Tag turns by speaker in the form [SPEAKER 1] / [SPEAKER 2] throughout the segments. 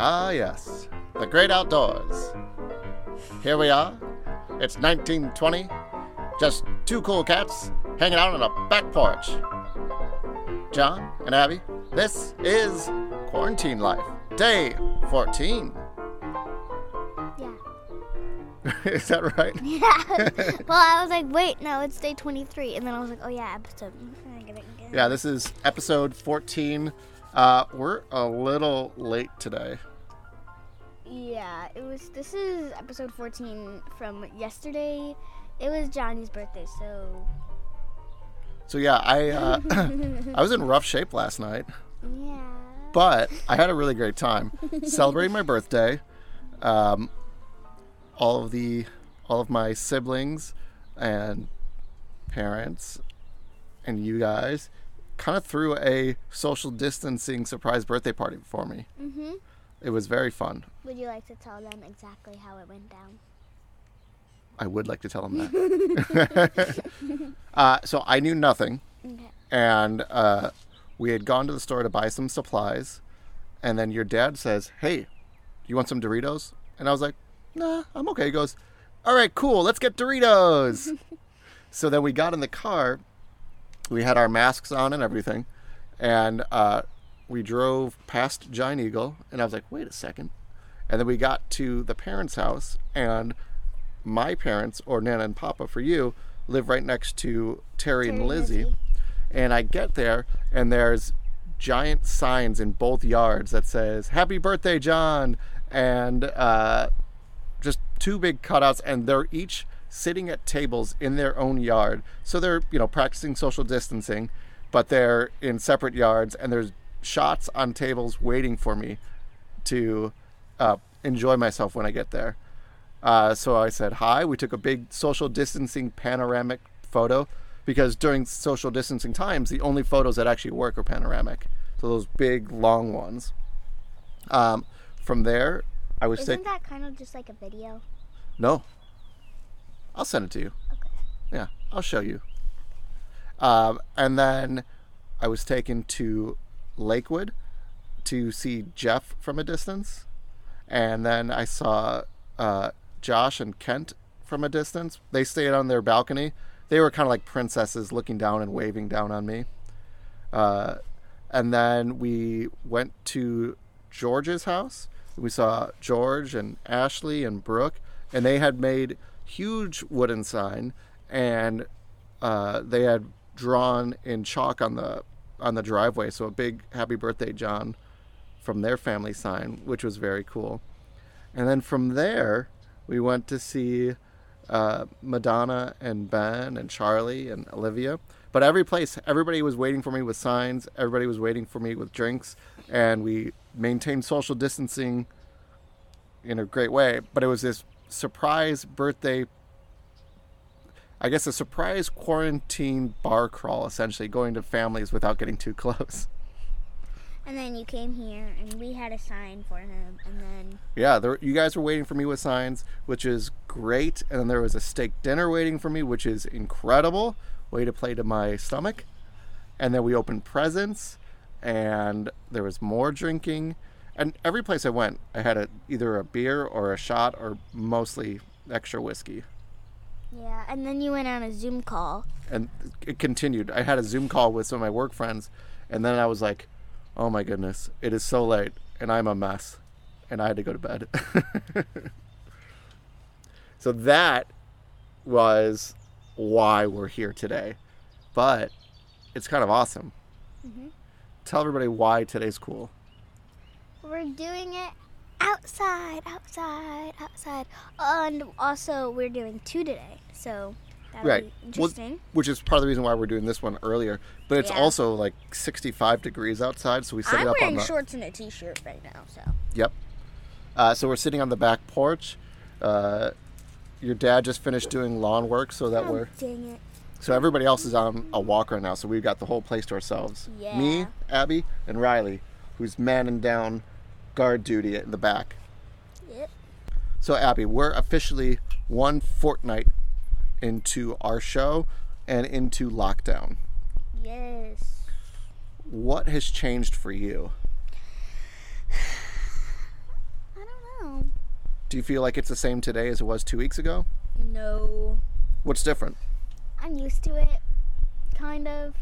[SPEAKER 1] Ah, yes, the great outdoors. Here we are. It's 1920. Just two cool cats hanging out on a back porch. John and Abby, this is Quarantine Life, day 14.
[SPEAKER 2] Yeah.
[SPEAKER 1] is that right?
[SPEAKER 2] Yeah. well, I was like, wait, no, it's day 23. And then I was like, oh, yeah, episode. I get it, I get it.
[SPEAKER 1] Yeah, this is episode 14. Uh, we're a little late today.
[SPEAKER 2] Yeah, it was. This is episode 14 from yesterday. It was Johnny's birthday, so.
[SPEAKER 1] So, yeah, I, uh, I was in rough shape last night.
[SPEAKER 2] Yeah.
[SPEAKER 1] but I had a really great time celebrating my birthday. Um, all of the, all of my siblings, and parents, and you guys, kind of threw a social distancing surprise birthday party for me.
[SPEAKER 2] hmm
[SPEAKER 1] It was very fun.
[SPEAKER 2] Would you like to tell them exactly how it went down?
[SPEAKER 1] I would like to tell them that. uh, so I knew nothing.
[SPEAKER 2] Okay.
[SPEAKER 1] and uh, we had gone to the store to buy some supplies. And then your dad says, "Hey, you want some Doritos?" And I was like, "Nah, I'm okay." He goes, "All right, cool. Let's get Doritos." so then we got in the car. We had our masks on and everything, and uh, we drove past Giant Eagle. And I was like, "Wait a second. And then we got to the parents' house, and my parents, or Nana and Papa for you, live right next to Terry, and
[SPEAKER 2] Terry and
[SPEAKER 1] Lizzie.
[SPEAKER 2] Lizzie.
[SPEAKER 1] And I get there, and there's giant signs in both yards that says "Happy Birthday, John," and uh, just two big cutouts, and they're each sitting at tables in their own yard. So they're you know practicing social distancing, but they're in separate yards, and there's shots on tables waiting for me to uh, enjoy myself when I get there. Uh, so I said hi. We took a big social distancing panoramic photo because during social distancing times, the only photos that actually work are panoramic. So those big long ones. Um, from there, I was
[SPEAKER 2] Isn't
[SPEAKER 1] taken.
[SPEAKER 2] that kind of just like a video?
[SPEAKER 1] No. I'll send it to you.
[SPEAKER 2] Okay.
[SPEAKER 1] Yeah, I'll show you. Um, and then I was taken to Lakewood to see Jeff from a distance. And then I saw uh, Josh and Kent from a distance. They stayed on their balcony. They were kind of like princesses looking down and waving down on me. Uh, and then we went to George's house. We saw George and Ashley and Brooke, and they had made huge wooden sign, and uh, they had drawn in chalk on the on the driveway, so a big "Happy Birthday, John" from their family sign, which was very cool. And then from there, we went to see uh, Madonna and Ben and Charlie and Olivia. But every place, everybody was waiting for me with signs. Everybody was waiting for me with drinks, and we maintained social distancing in a great way. But it was this surprise birthday. I guess a surprise quarantine bar crawl, essentially going to families without getting too close.
[SPEAKER 2] And then you came here, and we had a sign for him, and then
[SPEAKER 1] Yeah, there, you guys were waiting for me with signs, which is great. And then there was a steak dinner waiting for me, which is incredible. Way to play to my stomach. And then we opened presents, and there was more drinking. And every place I went, I had a, either a beer or a shot or mostly extra whiskey.
[SPEAKER 2] yeah, and then you went on a Zoom call.
[SPEAKER 1] and it continued. I had a Zoom call with some of my work friends, and then I was like, "Oh my goodness, it is so late, and I'm a mess," and I had to go to bed. so that was why we're here today, but it's kind of awesome.
[SPEAKER 2] Mm-hmm.
[SPEAKER 1] Tell everybody why today's cool.
[SPEAKER 2] We're doing it outside, outside, outside, and also we're doing two today, so that would
[SPEAKER 1] Right.
[SPEAKER 2] be
[SPEAKER 1] Well,
[SPEAKER 2] interesting.
[SPEAKER 1] which is part of the reason why we're doing this one earlier. But it's
[SPEAKER 2] Yeah.
[SPEAKER 1] also like 65 degrees outside, so we set
[SPEAKER 2] I'm
[SPEAKER 1] it up on
[SPEAKER 2] wearing
[SPEAKER 1] the
[SPEAKER 2] shorts and a t-shirt right now, so
[SPEAKER 1] Yep. Uh, so we're sitting on the back porch. Uh, your dad just finished doing lawn work, so that we're
[SPEAKER 2] Oh, dang it.
[SPEAKER 1] so everybody else is on a walk right now. So we've got the whole place to ourselves.
[SPEAKER 2] Yeah.
[SPEAKER 1] Me, Abby, and Riley, who's manning down guard duty in the back.
[SPEAKER 2] Yep.
[SPEAKER 1] So Abby, we're officially one fortnight into our show and into lockdown.
[SPEAKER 2] Yes.
[SPEAKER 1] What has changed for you? Do you feel like it's the same today as it was two weeks ago?
[SPEAKER 2] No.
[SPEAKER 1] What's different?
[SPEAKER 2] I'm used to it, kind of,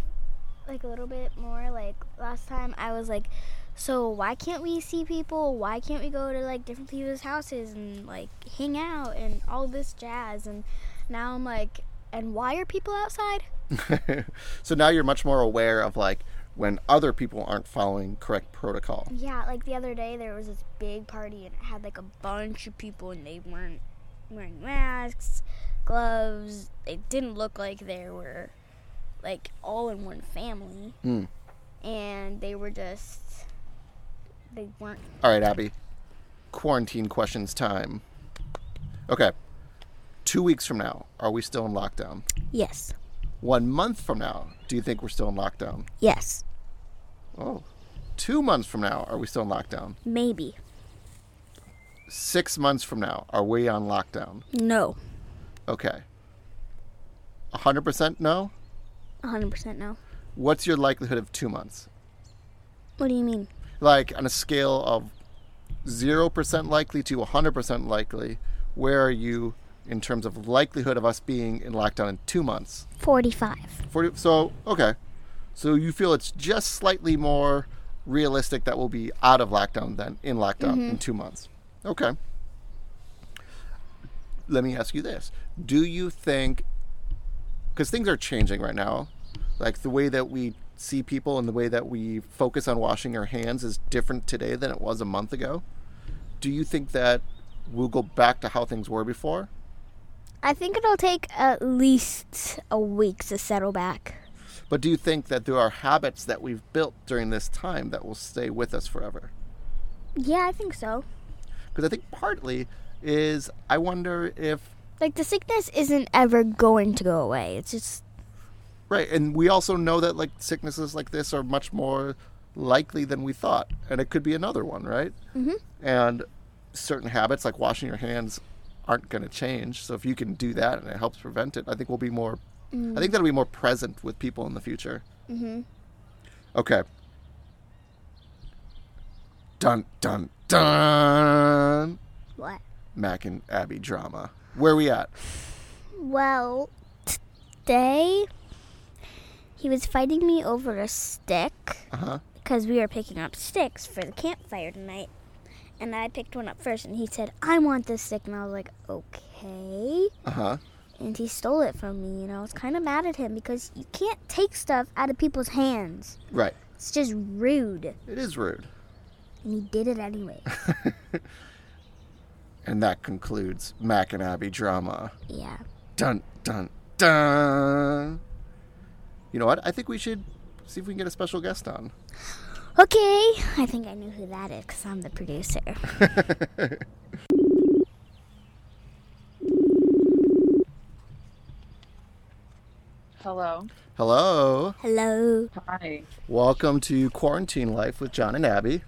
[SPEAKER 2] like a little bit more. Like last time, I was like, so why can't we see people? Why can't we go to like different people's houses and like hang out and all this jazz? And now I'm like, and why are people outside?
[SPEAKER 1] so now you're much more aware of like when other people aren't following correct protocol.
[SPEAKER 2] Yeah, like the other day there was this big party and it had like a bunch of people and they weren't wearing masks, gloves. It didn't look like they were like all in one family.
[SPEAKER 1] Hmm.
[SPEAKER 2] And they were just they weren't
[SPEAKER 1] All right, Abby. Quarantine questions time. Okay. Two weeks from now, are we still in lockdown?
[SPEAKER 2] Yes.
[SPEAKER 1] One month from now, do you think we're still in lockdown?
[SPEAKER 2] Yes.
[SPEAKER 1] Oh. Two months from now, are we still in lockdown?
[SPEAKER 2] Maybe.
[SPEAKER 1] Six months from now, are we on lockdown?
[SPEAKER 2] No.
[SPEAKER 1] Okay. 100% no?
[SPEAKER 2] 100% no.
[SPEAKER 1] What's your likelihood of two months?
[SPEAKER 2] What do you mean?
[SPEAKER 1] Like, on a scale of 0% likely to 100% likely, where are you in terms of likelihood of us being in lockdown in two months?
[SPEAKER 2] 45.
[SPEAKER 1] 40, so okay so you feel it's just slightly more realistic that we'll be out of lockdown than in lockdown in two months okay let me ask you this do you think because things are changing right now like the way that we see people and the way that we focus on washing our hands is different today than it was a month ago do you think that we'll go back to how things were before
[SPEAKER 2] I think it'll take at least a week to settle back.
[SPEAKER 1] But do you think that there are habits that we've built during this time that will stay with us forever?
[SPEAKER 2] Yeah, I think so.
[SPEAKER 1] Because I think partly is I wonder if
[SPEAKER 2] Like the sickness isn't ever going to go away. It's just
[SPEAKER 1] right, and we also know that like sicknesses like this are much more likely than we thought, and it could be another one, right? Mm-hmm. And certain habits like washing your hands aren't going to change. So if you can do that and it helps prevent it, I think we'll be more. I think that'll be more present with people in the future. Mm-hmm. Okay. Dun dun dun.
[SPEAKER 2] what?
[SPEAKER 1] Mac and Abby drama. Where we at?
[SPEAKER 2] Well, today he was fighting me over a stick
[SPEAKER 1] Uh huh.
[SPEAKER 2] because we were picking up sticks for the campfire tonight. And I picked one up first, and he said, I want this stick. And I was like, okay.
[SPEAKER 1] Uh huh.
[SPEAKER 2] And he stole it from me, and I was kind of mad at him because you can't take stuff out of people's hands.
[SPEAKER 1] Right.
[SPEAKER 2] It's just rude.
[SPEAKER 1] It is rude.
[SPEAKER 2] And he did it anyway.
[SPEAKER 1] And that concludes Mac and Abby drama.
[SPEAKER 2] yeah.
[SPEAKER 1] Dun dun dun. You know what? I think we should see if we can get a special guest on.
[SPEAKER 2] Okay, I think I know who that is because I'm the producer.
[SPEAKER 3] Hello.
[SPEAKER 1] Hello.
[SPEAKER 2] Hello.
[SPEAKER 3] Hi.
[SPEAKER 1] Welcome to Quarantine Life with John and Abby.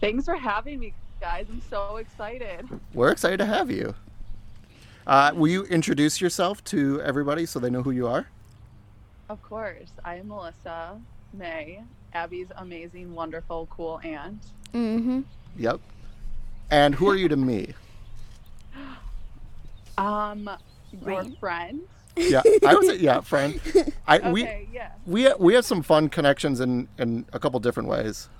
[SPEAKER 3] Thanks for having me, guys. I'm so excited.
[SPEAKER 1] We're excited to have you. Uh, will you introduce yourself to everybody so they know who you are?
[SPEAKER 3] Of course. I am Melissa May, Abby's amazing, wonderful, cool aunt.
[SPEAKER 2] Mm-hmm.
[SPEAKER 1] Yep. And who are you to me?
[SPEAKER 3] Um, your
[SPEAKER 2] Right.
[SPEAKER 3] friend.
[SPEAKER 1] Yeah, I was. Yeah, friend. I we
[SPEAKER 3] Okay, yeah.
[SPEAKER 1] we we have some fun connections in in a couple different ways.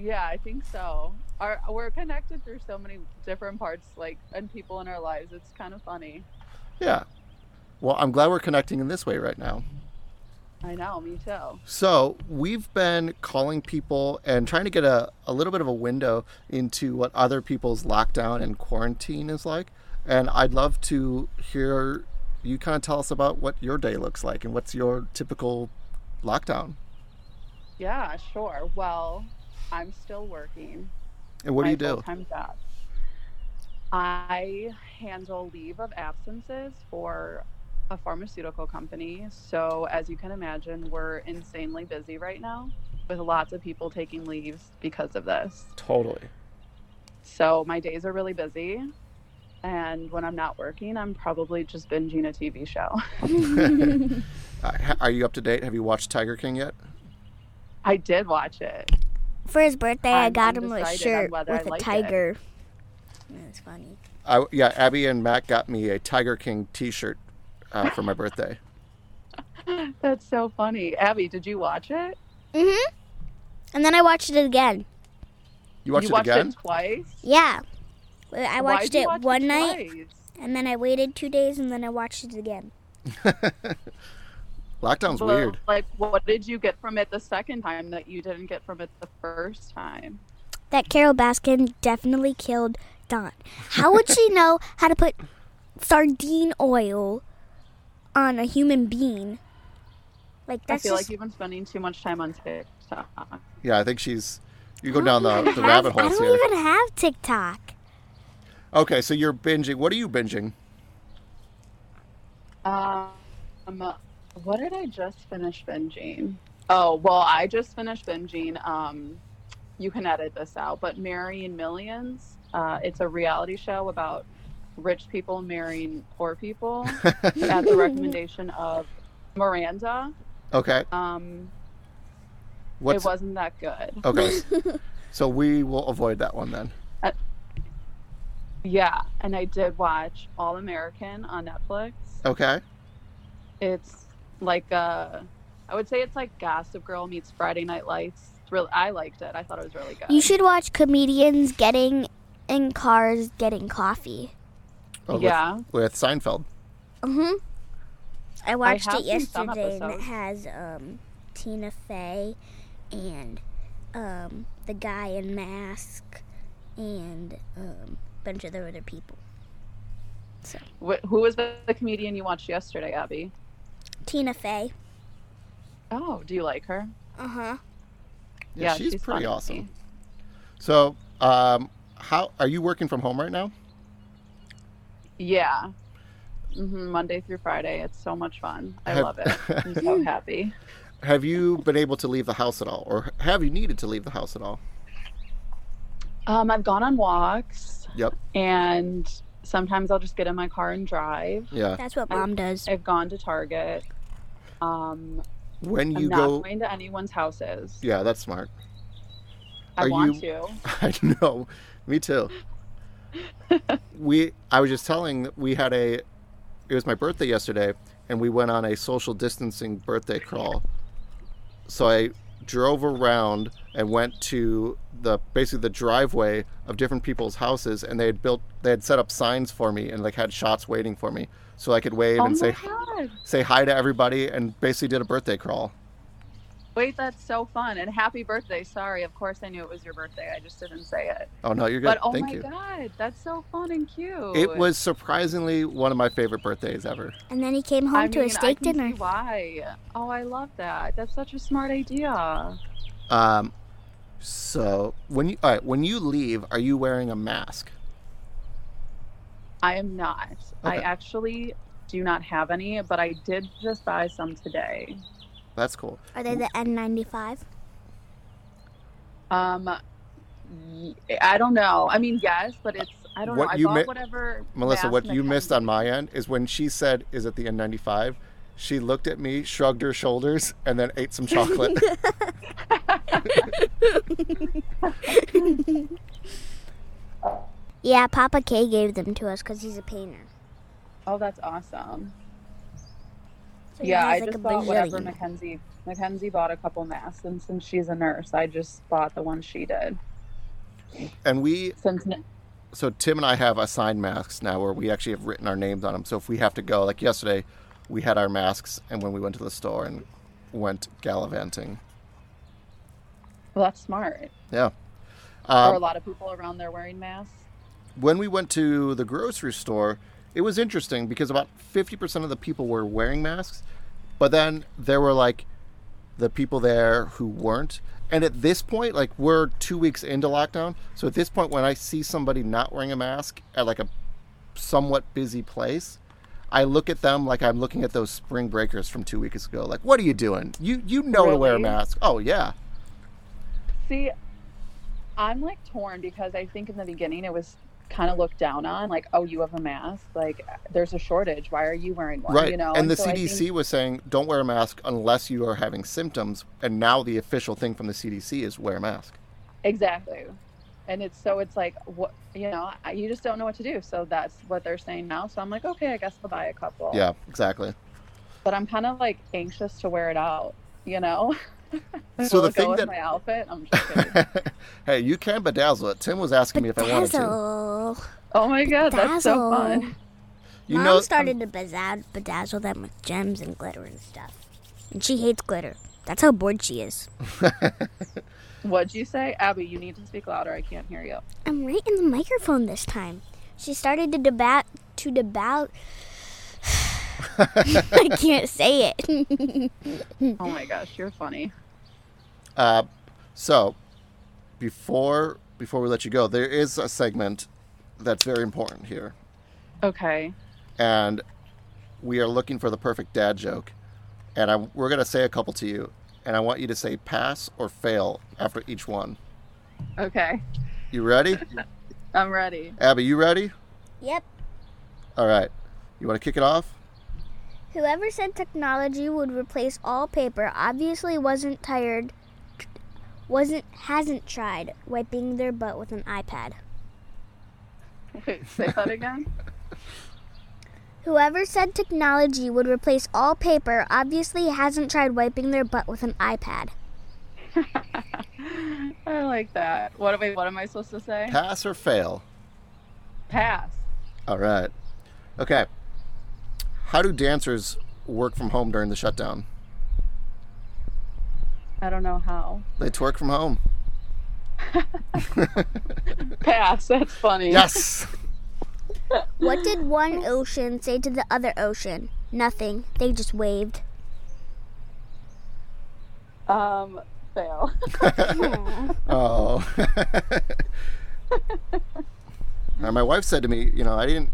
[SPEAKER 3] Yeah, I think so. Our, we're connected through so many different parts, like, and people in our lives. It's kind of funny.
[SPEAKER 1] Yeah. Well, I'm glad we're connecting in this way right now.
[SPEAKER 3] I know, me too.
[SPEAKER 1] So, we've been calling people and trying to get a, a little bit of a window into what other people's lockdown and quarantine is like. And I'd love to hear you kind of tell us about what your day looks like and what's your typical lockdown.
[SPEAKER 3] Yeah, sure. Well, I'm still working.
[SPEAKER 1] And what do
[SPEAKER 3] my
[SPEAKER 1] you do?
[SPEAKER 3] full-time job. I handle leave of absences for a pharmaceutical company. So, as you can imagine, we're insanely busy right now with lots of people taking leaves because of this.
[SPEAKER 1] Totally.
[SPEAKER 3] So, my days are really busy. And when I'm not working, I'm probably just binging a TV show.
[SPEAKER 1] Uh, ha- Are you up to date? Have you watched Tiger King yet?
[SPEAKER 3] I did watch it.
[SPEAKER 2] For his birthday, i
[SPEAKER 3] I'm
[SPEAKER 2] got him a
[SPEAKER 3] undecided on
[SPEAKER 2] shirt
[SPEAKER 3] whether I
[SPEAKER 2] with a
[SPEAKER 3] like it.
[SPEAKER 2] tiger. It was funny.
[SPEAKER 1] I, yeah, Abby and Matt got me a Tiger King T-shirt uh, for my birthday.
[SPEAKER 3] That's so funny. Abby, did you watch it?
[SPEAKER 2] Mhm. And then I watched it again.
[SPEAKER 1] You watched
[SPEAKER 3] you
[SPEAKER 1] it
[SPEAKER 3] watched
[SPEAKER 1] again?
[SPEAKER 3] it twice.
[SPEAKER 2] Yeah. I watched
[SPEAKER 3] Why'd you
[SPEAKER 2] it
[SPEAKER 3] watch
[SPEAKER 2] one night,
[SPEAKER 3] twice?
[SPEAKER 2] and then I waited two days, and then I watched it again.
[SPEAKER 1] Lockdown's
[SPEAKER 3] Well,
[SPEAKER 1] weird.
[SPEAKER 3] Like, what did you get from it the second time that you didn't get from it the first time?
[SPEAKER 2] That Carol Baskin definitely killed Don. How would she know how to put sardine oil on a human being? Like that's
[SPEAKER 3] I feel
[SPEAKER 2] just
[SPEAKER 3] like you've been spending too much time on TikTok.
[SPEAKER 1] Yeah, I think she's. You go
[SPEAKER 2] I
[SPEAKER 1] down
[SPEAKER 2] don't
[SPEAKER 1] the,
[SPEAKER 2] even
[SPEAKER 1] the
[SPEAKER 2] have-
[SPEAKER 1] rabbit
[SPEAKER 2] I
[SPEAKER 1] holes
[SPEAKER 2] don't
[SPEAKER 1] here.
[SPEAKER 2] even have TikTok.
[SPEAKER 1] Okay, so you're binging. What are you binging?
[SPEAKER 3] Um, what did I just finish binging? Oh, well, I just finished binging. Um, you can edit this out, but Marrying Millions. Uh, it's a reality show about rich people marrying poor people at the recommendation of Miranda.
[SPEAKER 1] Okay,
[SPEAKER 3] Um,
[SPEAKER 1] what's
[SPEAKER 3] it wasn't that good.
[SPEAKER 1] okay? so we will avoid that one then.
[SPEAKER 3] Yeah, and I did watch All American on Netflix.
[SPEAKER 1] Okay,
[SPEAKER 3] It's like uh I would say it's like Gossip Girl meets Friday Night Lights. It's really, I liked it. I thought it was really good.
[SPEAKER 2] You should watch comedians getting in cars getting coffee.
[SPEAKER 1] Oh, with-
[SPEAKER 3] yeah,
[SPEAKER 1] with Seinfeld.
[SPEAKER 2] Mm-hmm. I watched
[SPEAKER 3] have
[SPEAKER 2] it
[SPEAKER 3] seen some
[SPEAKER 2] yesterday, and it
[SPEAKER 3] episodes.
[SPEAKER 2] has um, Tina Fey and um, the guy in mask and um, a bunch of other people.
[SPEAKER 3] Wh- who was the, the comedian you watched yesterday, Abby?
[SPEAKER 2] Tina Fey.
[SPEAKER 3] Oh, do you like her?
[SPEAKER 2] Uh
[SPEAKER 3] Uh-huh.
[SPEAKER 2] huh.
[SPEAKER 1] Yeah, she's, pretty
[SPEAKER 3] funny.
[SPEAKER 1] awesome. So, um, how are you working from home right now?
[SPEAKER 3] Yeah. hmm Monday through Friday. It's so much fun. I
[SPEAKER 1] Have-
[SPEAKER 3] love it. I'm so happy.
[SPEAKER 1] Have you been able to leave the house at all, or have you needed to leave the house at all?
[SPEAKER 3] Um, I've gone on walks
[SPEAKER 1] Yep.
[SPEAKER 3] and sometimes I'll just get in my car and drive.
[SPEAKER 1] Yeah.
[SPEAKER 2] That's what
[SPEAKER 3] I-
[SPEAKER 2] mom does.
[SPEAKER 3] I've gone to Target. Um,
[SPEAKER 1] When
[SPEAKER 3] I'm
[SPEAKER 1] you
[SPEAKER 3] not
[SPEAKER 1] go,
[SPEAKER 3] going to anyone's houses.
[SPEAKER 1] yeah, that's smart.
[SPEAKER 3] I
[SPEAKER 1] are you-
[SPEAKER 3] want to.
[SPEAKER 1] I know. Me too. we I was just telling we had a it was my birthday yesterday and we went on a social distancing birthday crawl. So I drove around and went to the basically the driveway of different people's houses and they had built they had set up signs for me and like had shots waiting for me so I could wave
[SPEAKER 3] Oh my
[SPEAKER 1] and say
[SPEAKER 3] god!
[SPEAKER 1] say hi to everybody and basically did a birthday crawl.
[SPEAKER 3] Wait, that's so fun! And happy birthday! Sorry, of course I knew it was your birthday. I just didn't say it.
[SPEAKER 1] Oh no, you're good.
[SPEAKER 3] But oh
[SPEAKER 1] Thank
[SPEAKER 3] my
[SPEAKER 1] you.
[SPEAKER 3] god, that's so fun and cute.
[SPEAKER 1] It was surprisingly one of my favorite birthdays ever.
[SPEAKER 2] And then he came home
[SPEAKER 3] I
[SPEAKER 2] to
[SPEAKER 3] mean,
[SPEAKER 2] a steak
[SPEAKER 3] I can
[SPEAKER 2] dinner.
[SPEAKER 3] See why? Oh, I love that. That's such a smart idea.
[SPEAKER 1] Um, so when you all right, when you leave, are you wearing a mask?
[SPEAKER 3] I am not. I
[SPEAKER 1] Okay.
[SPEAKER 3] actually do not have any, but I did just buy some today.
[SPEAKER 1] That's cool.
[SPEAKER 2] Are they the N95?
[SPEAKER 3] Um, y- I don't know. I mean, yes, but it's I don't
[SPEAKER 1] What
[SPEAKER 3] know. I
[SPEAKER 1] you
[SPEAKER 3] bought
[SPEAKER 1] mi-
[SPEAKER 3] whatever.
[SPEAKER 1] Melissa,
[SPEAKER 3] mask
[SPEAKER 1] what
[SPEAKER 3] that
[SPEAKER 1] you
[SPEAKER 3] had-
[SPEAKER 1] missed on my end is when she said, "Is it the N95?" She looked at me, shrugged her shoulders, and then ate some chocolate.
[SPEAKER 2] Yeah, Papa K gave them to us because he's a painter.
[SPEAKER 3] Oh, that's awesome.
[SPEAKER 2] So he
[SPEAKER 3] Yeah,
[SPEAKER 2] has,
[SPEAKER 3] I
[SPEAKER 2] like,
[SPEAKER 3] just
[SPEAKER 2] a
[SPEAKER 3] bought whatever
[SPEAKER 2] bazillion.
[SPEAKER 3] Mackenzie. Mackenzie bought a couple masks, and since she's a nurse, I just bought the one she did.
[SPEAKER 1] and we,
[SPEAKER 3] Since
[SPEAKER 1] so Tim and I have assigned masks now, where we actually have written our names on them. So if we have to go, like yesterday, we had our masks, and when we went to the store and went gallivanting,
[SPEAKER 3] well, that's smart.
[SPEAKER 1] yeah.
[SPEAKER 3] Are
[SPEAKER 1] Um,
[SPEAKER 3] a lot of people around there wearing masks?
[SPEAKER 1] when we went to the grocery store, it was interesting because about 50% of the people were wearing masks, but then there were like the people there who weren't. And at this point, like we're two weeks into lockdown. So at this point, when I see somebody not wearing a mask at like a somewhat busy place, I look at them like I'm looking at those spring breakers from two weeks ago. Like, what are you doing? You you know to wear a
[SPEAKER 3] Really?
[SPEAKER 1] mask. Oh yeah,
[SPEAKER 3] See, I'm like torn because I think in the beginning it was kind of looked down on, like, oh, you have a mask, like there's a shortage. Why are you wearing one?
[SPEAKER 1] right.
[SPEAKER 3] You know,
[SPEAKER 1] and the
[SPEAKER 3] so I think-
[SPEAKER 1] CDC was saying don't wear a mask unless you are having symptoms. And now the official thing from the CDC is wear a mask.
[SPEAKER 3] exactly. and it's so it's like what you know I- you just don't know what to do so that's what they're saying now so i'm like okay i guess i'll buy a couple
[SPEAKER 1] Yeah, exactly.
[SPEAKER 3] but i'm kind of like anxious to wear it out you know
[SPEAKER 1] So
[SPEAKER 3] Will
[SPEAKER 1] the
[SPEAKER 3] it go
[SPEAKER 1] thing
[SPEAKER 3] with
[SPEAKER 1] that-
[SPEAKER 3] my outfit i'm just kidding.
[SPEAKER 1] hey, you can bedazzle it. Tim was asking me if I wanted to.
[SPEAKER 2] Bedazzle.
[SPEAKER 3] oh my god that's so
[SPEAKER 2] Bedazzle.
[SPEAKER 3] fun
[SPEAKER 1] You
[SPEAKER 2] Mom
[SPEAKER 1] know,
[SPEAKER 2] started to bedazzle, bedazzle them with gems and glitter and stuff. And she hates glitter. That's how bored she is.
[SPEAKER 3] what'd you say abby you need to speak louder i can't hear you
[SPEAKER 2] I'm right in the microphone this time. She started to debat to debat. I can't say it.
[SPEAKER 3] oh my gosh you're funny
[SPEAKER 1] Uh, so before before we let you go, there is a segment that's very important here,
[SPEAKER 3] okay
[SPEAKER 1] and we are looking for the perfect dad joke, and I'm, we're gonna say a couple to you, and I want you to say pass or fail after each one.
[SPEAKER 3] okay
[SPEAKER 1] You ready,
[SPEAKER 3] i'm ready
[SPEAKER 1] Abby? You ready?
[SPEAKER 2] yep.
[SPEAKER 1] All right. You want to kick it off?
[SPEAKER 2] Whoever said technology would replace all paper obviously wasn't tired wasn't hasn't tried wiping their butt with an iPad.
[SPEAKER 3] wait say that again
[SPEAKER 2] Whoever said technology would replace all paper obviously hasn't tried wiping their butt with an iPad.
[SPEAKER 3] i like that what wait what am i supposed to say
[SPEAKER 1] Pass or fail?
[SPEAKER 3] pass
[SPEAKER 1] All right. Okay. How do dancers work from home during the shutdown?
[SPEAKER 3] i don't know how
[SPEAKER 1] They twerk from home.
[SPEAKER 3] pass that's funny
[SPEAKER 1] Yes.
[SPEAKER 2] What did one ocean say to the other ocean? Nothing. They just waved.
[SPEAKER 3] um fail
[SPEAKER 1] Oh. now my wife said to me, you know, I didn't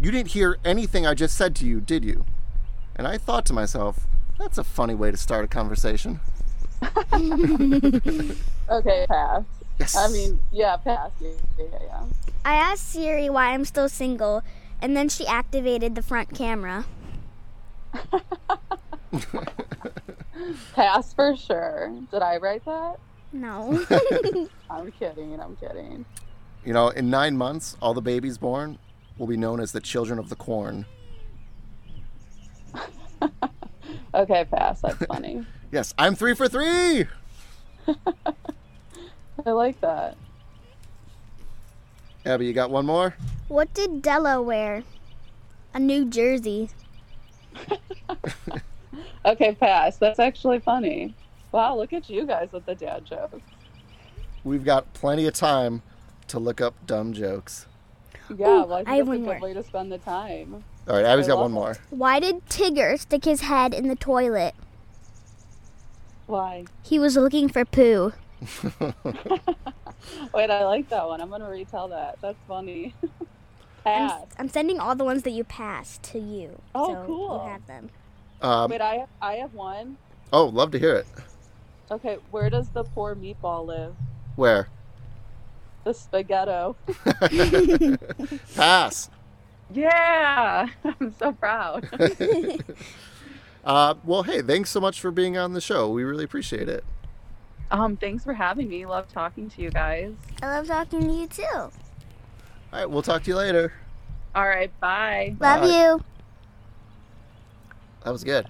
[SPEAKER 1] you didn't hear anything I just said to you, did you? And I thought to myself, that's a funny way to start a conversation.
[SPEAKER 3] Okay, pass.
[SPEAKER 1] Yes.
[SPEAKER 3] I mean, yeah, pass. Yeah, yeah, yeah.
[SPEAKER 2] I asked Siri why I'm still single, and then she activated the front camera.
[SPEAKER 3] Pass for sure. Did I write that?
[SPEAKER 2] No.
[SPEAKER 3] I'm kidding. I'm kidding.
[SPEAKER 1] you know, in 9 months all the babies born will be known as the children of the corn.
[SPEAKER 3] Okay, pass. That's funny.
[SPEAKER 1] Yes, I'm 3 for 3.
[SPEAKER 3] I like that.
[SPEAKER 1] Abby, you got one more?
[SPEAKER 2] what did Delaware? A New Jersey.
[SPEAKER 3] Okay, pass. That's actually funny. Wow, look at you guys with the dad jokes.
[SPEAKER 1] We've got plenty of time to look up dumb jokes.
[SPEAKER 3] Yeah,
[SPEAKER 2] Ooh,
[SPEAKER 3] well, I think
[SPEAKER 2] I
[SPEAKER 3] that's
[SPEAKER 2] have
[SPEAKER 3] a
[SPEAKER 2] one
[SPEAKER 3] good
[SPEAKER 2] more.
[SPEAKER 3] way to spend the time.
[SPEAKER 1] All right, Abby's
[SPEAKER 3] I
[SPEAKER 1] got one
[SPEAKER 3] love it.
[SPEAKER 1] more.
[SPEAKER 2] Why did Tigger stick his head in the toilet?
[SPEAKER 3] Why?
[SPEAKER 2] He was looking for poo.
[SPEAKER 3] Wait, I like that one. I'm gonna retell that. That's funny.
[SPEAKER 2] I'm,
[SPEAKER 3] pass.
[SPEAKER 2] I'm sending all the ones that you passed to you.
[SPEAKER 3] Oh,
[SPEAKER 2] so
[SPEAKER 3] cool.
[SPEAKER 2] You have them.
[SPEAKER 1] Um,
[SPEAKER 3] Wait, I have, I have one.
[SPEAKER 1] oh, love to hear it.
[SPEAKER 3] Okay, where does the poor meatball live?
[SPEAKER 1] Where?
[SPEAKER 3] The spaghetto.
[SPEAKER 1] Pass.
[SPEAKER 3] Yeah, I'm so proud.
[SPEAKER 1] Uh, well, hey, thanks so much for being on the show. We really appreciate it.
[SPEAKER 3] Um, thanks for having me. Love talking to you guys.
[SPEAKER 2] I love talking to you too. Love
[SPEAKER 1] All right, we'll talk to you later.
[SPEAKER 3] All right, bye.
[SPEAKER 1] Bye.
[SPEAKER 2] you.
[SPEAKER 1] That was good.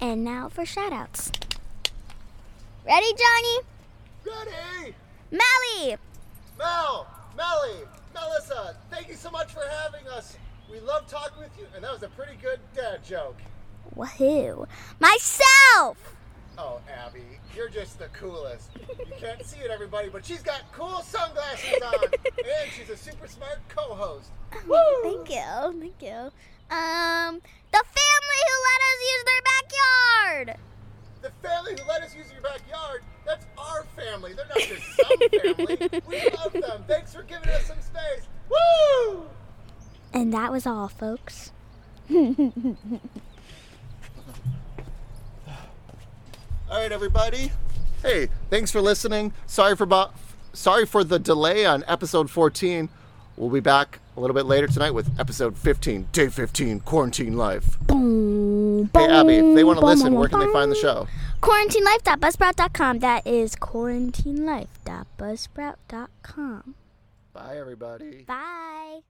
[SPEAKER 2] And now for shout outs. Ready, Johnny?
[SPEAKER 1] Ready?
[SPEAKER 2] Mally!
[SPEAKER 1] Mel, Melly, Melissa, thank you so much for having us. We love talking with you, and that was a pretty good dad joke.
[SPEAKER 2] Woohoo. Myself!
[SPEAKER 1] Oh, Abby, you're just the coolest. You can't see it, everybody, but she's got cool sunglasses on, and she's a super smart co-host.
[SPEAKER 2] Thank you. Thank you. Um, the family who let us use their backyard!
[SPEAKER 1] The family who let us use your backyard, that's our family. They're not just some family. We love them. Thanks for giving us some space. Woo!
[SPEAKER 2] And that was all, folks.
[SPEAKER 1] All right, everybody. Hey, thanks for listening. Sorry for bo- sorry for the delay on episode 14. We'll be back a little bit later tonight with episode 15, day 15, quarantine life. Hey, Abby, if they want to listen, where can they find the show?
[SPEAKER 2] quarantinelife.buzzsprout.com. That is quarantinelife.buzzsprout.com.
[SPEAKER 1] Bye, everybody.
[SPEAKER 2] Bye.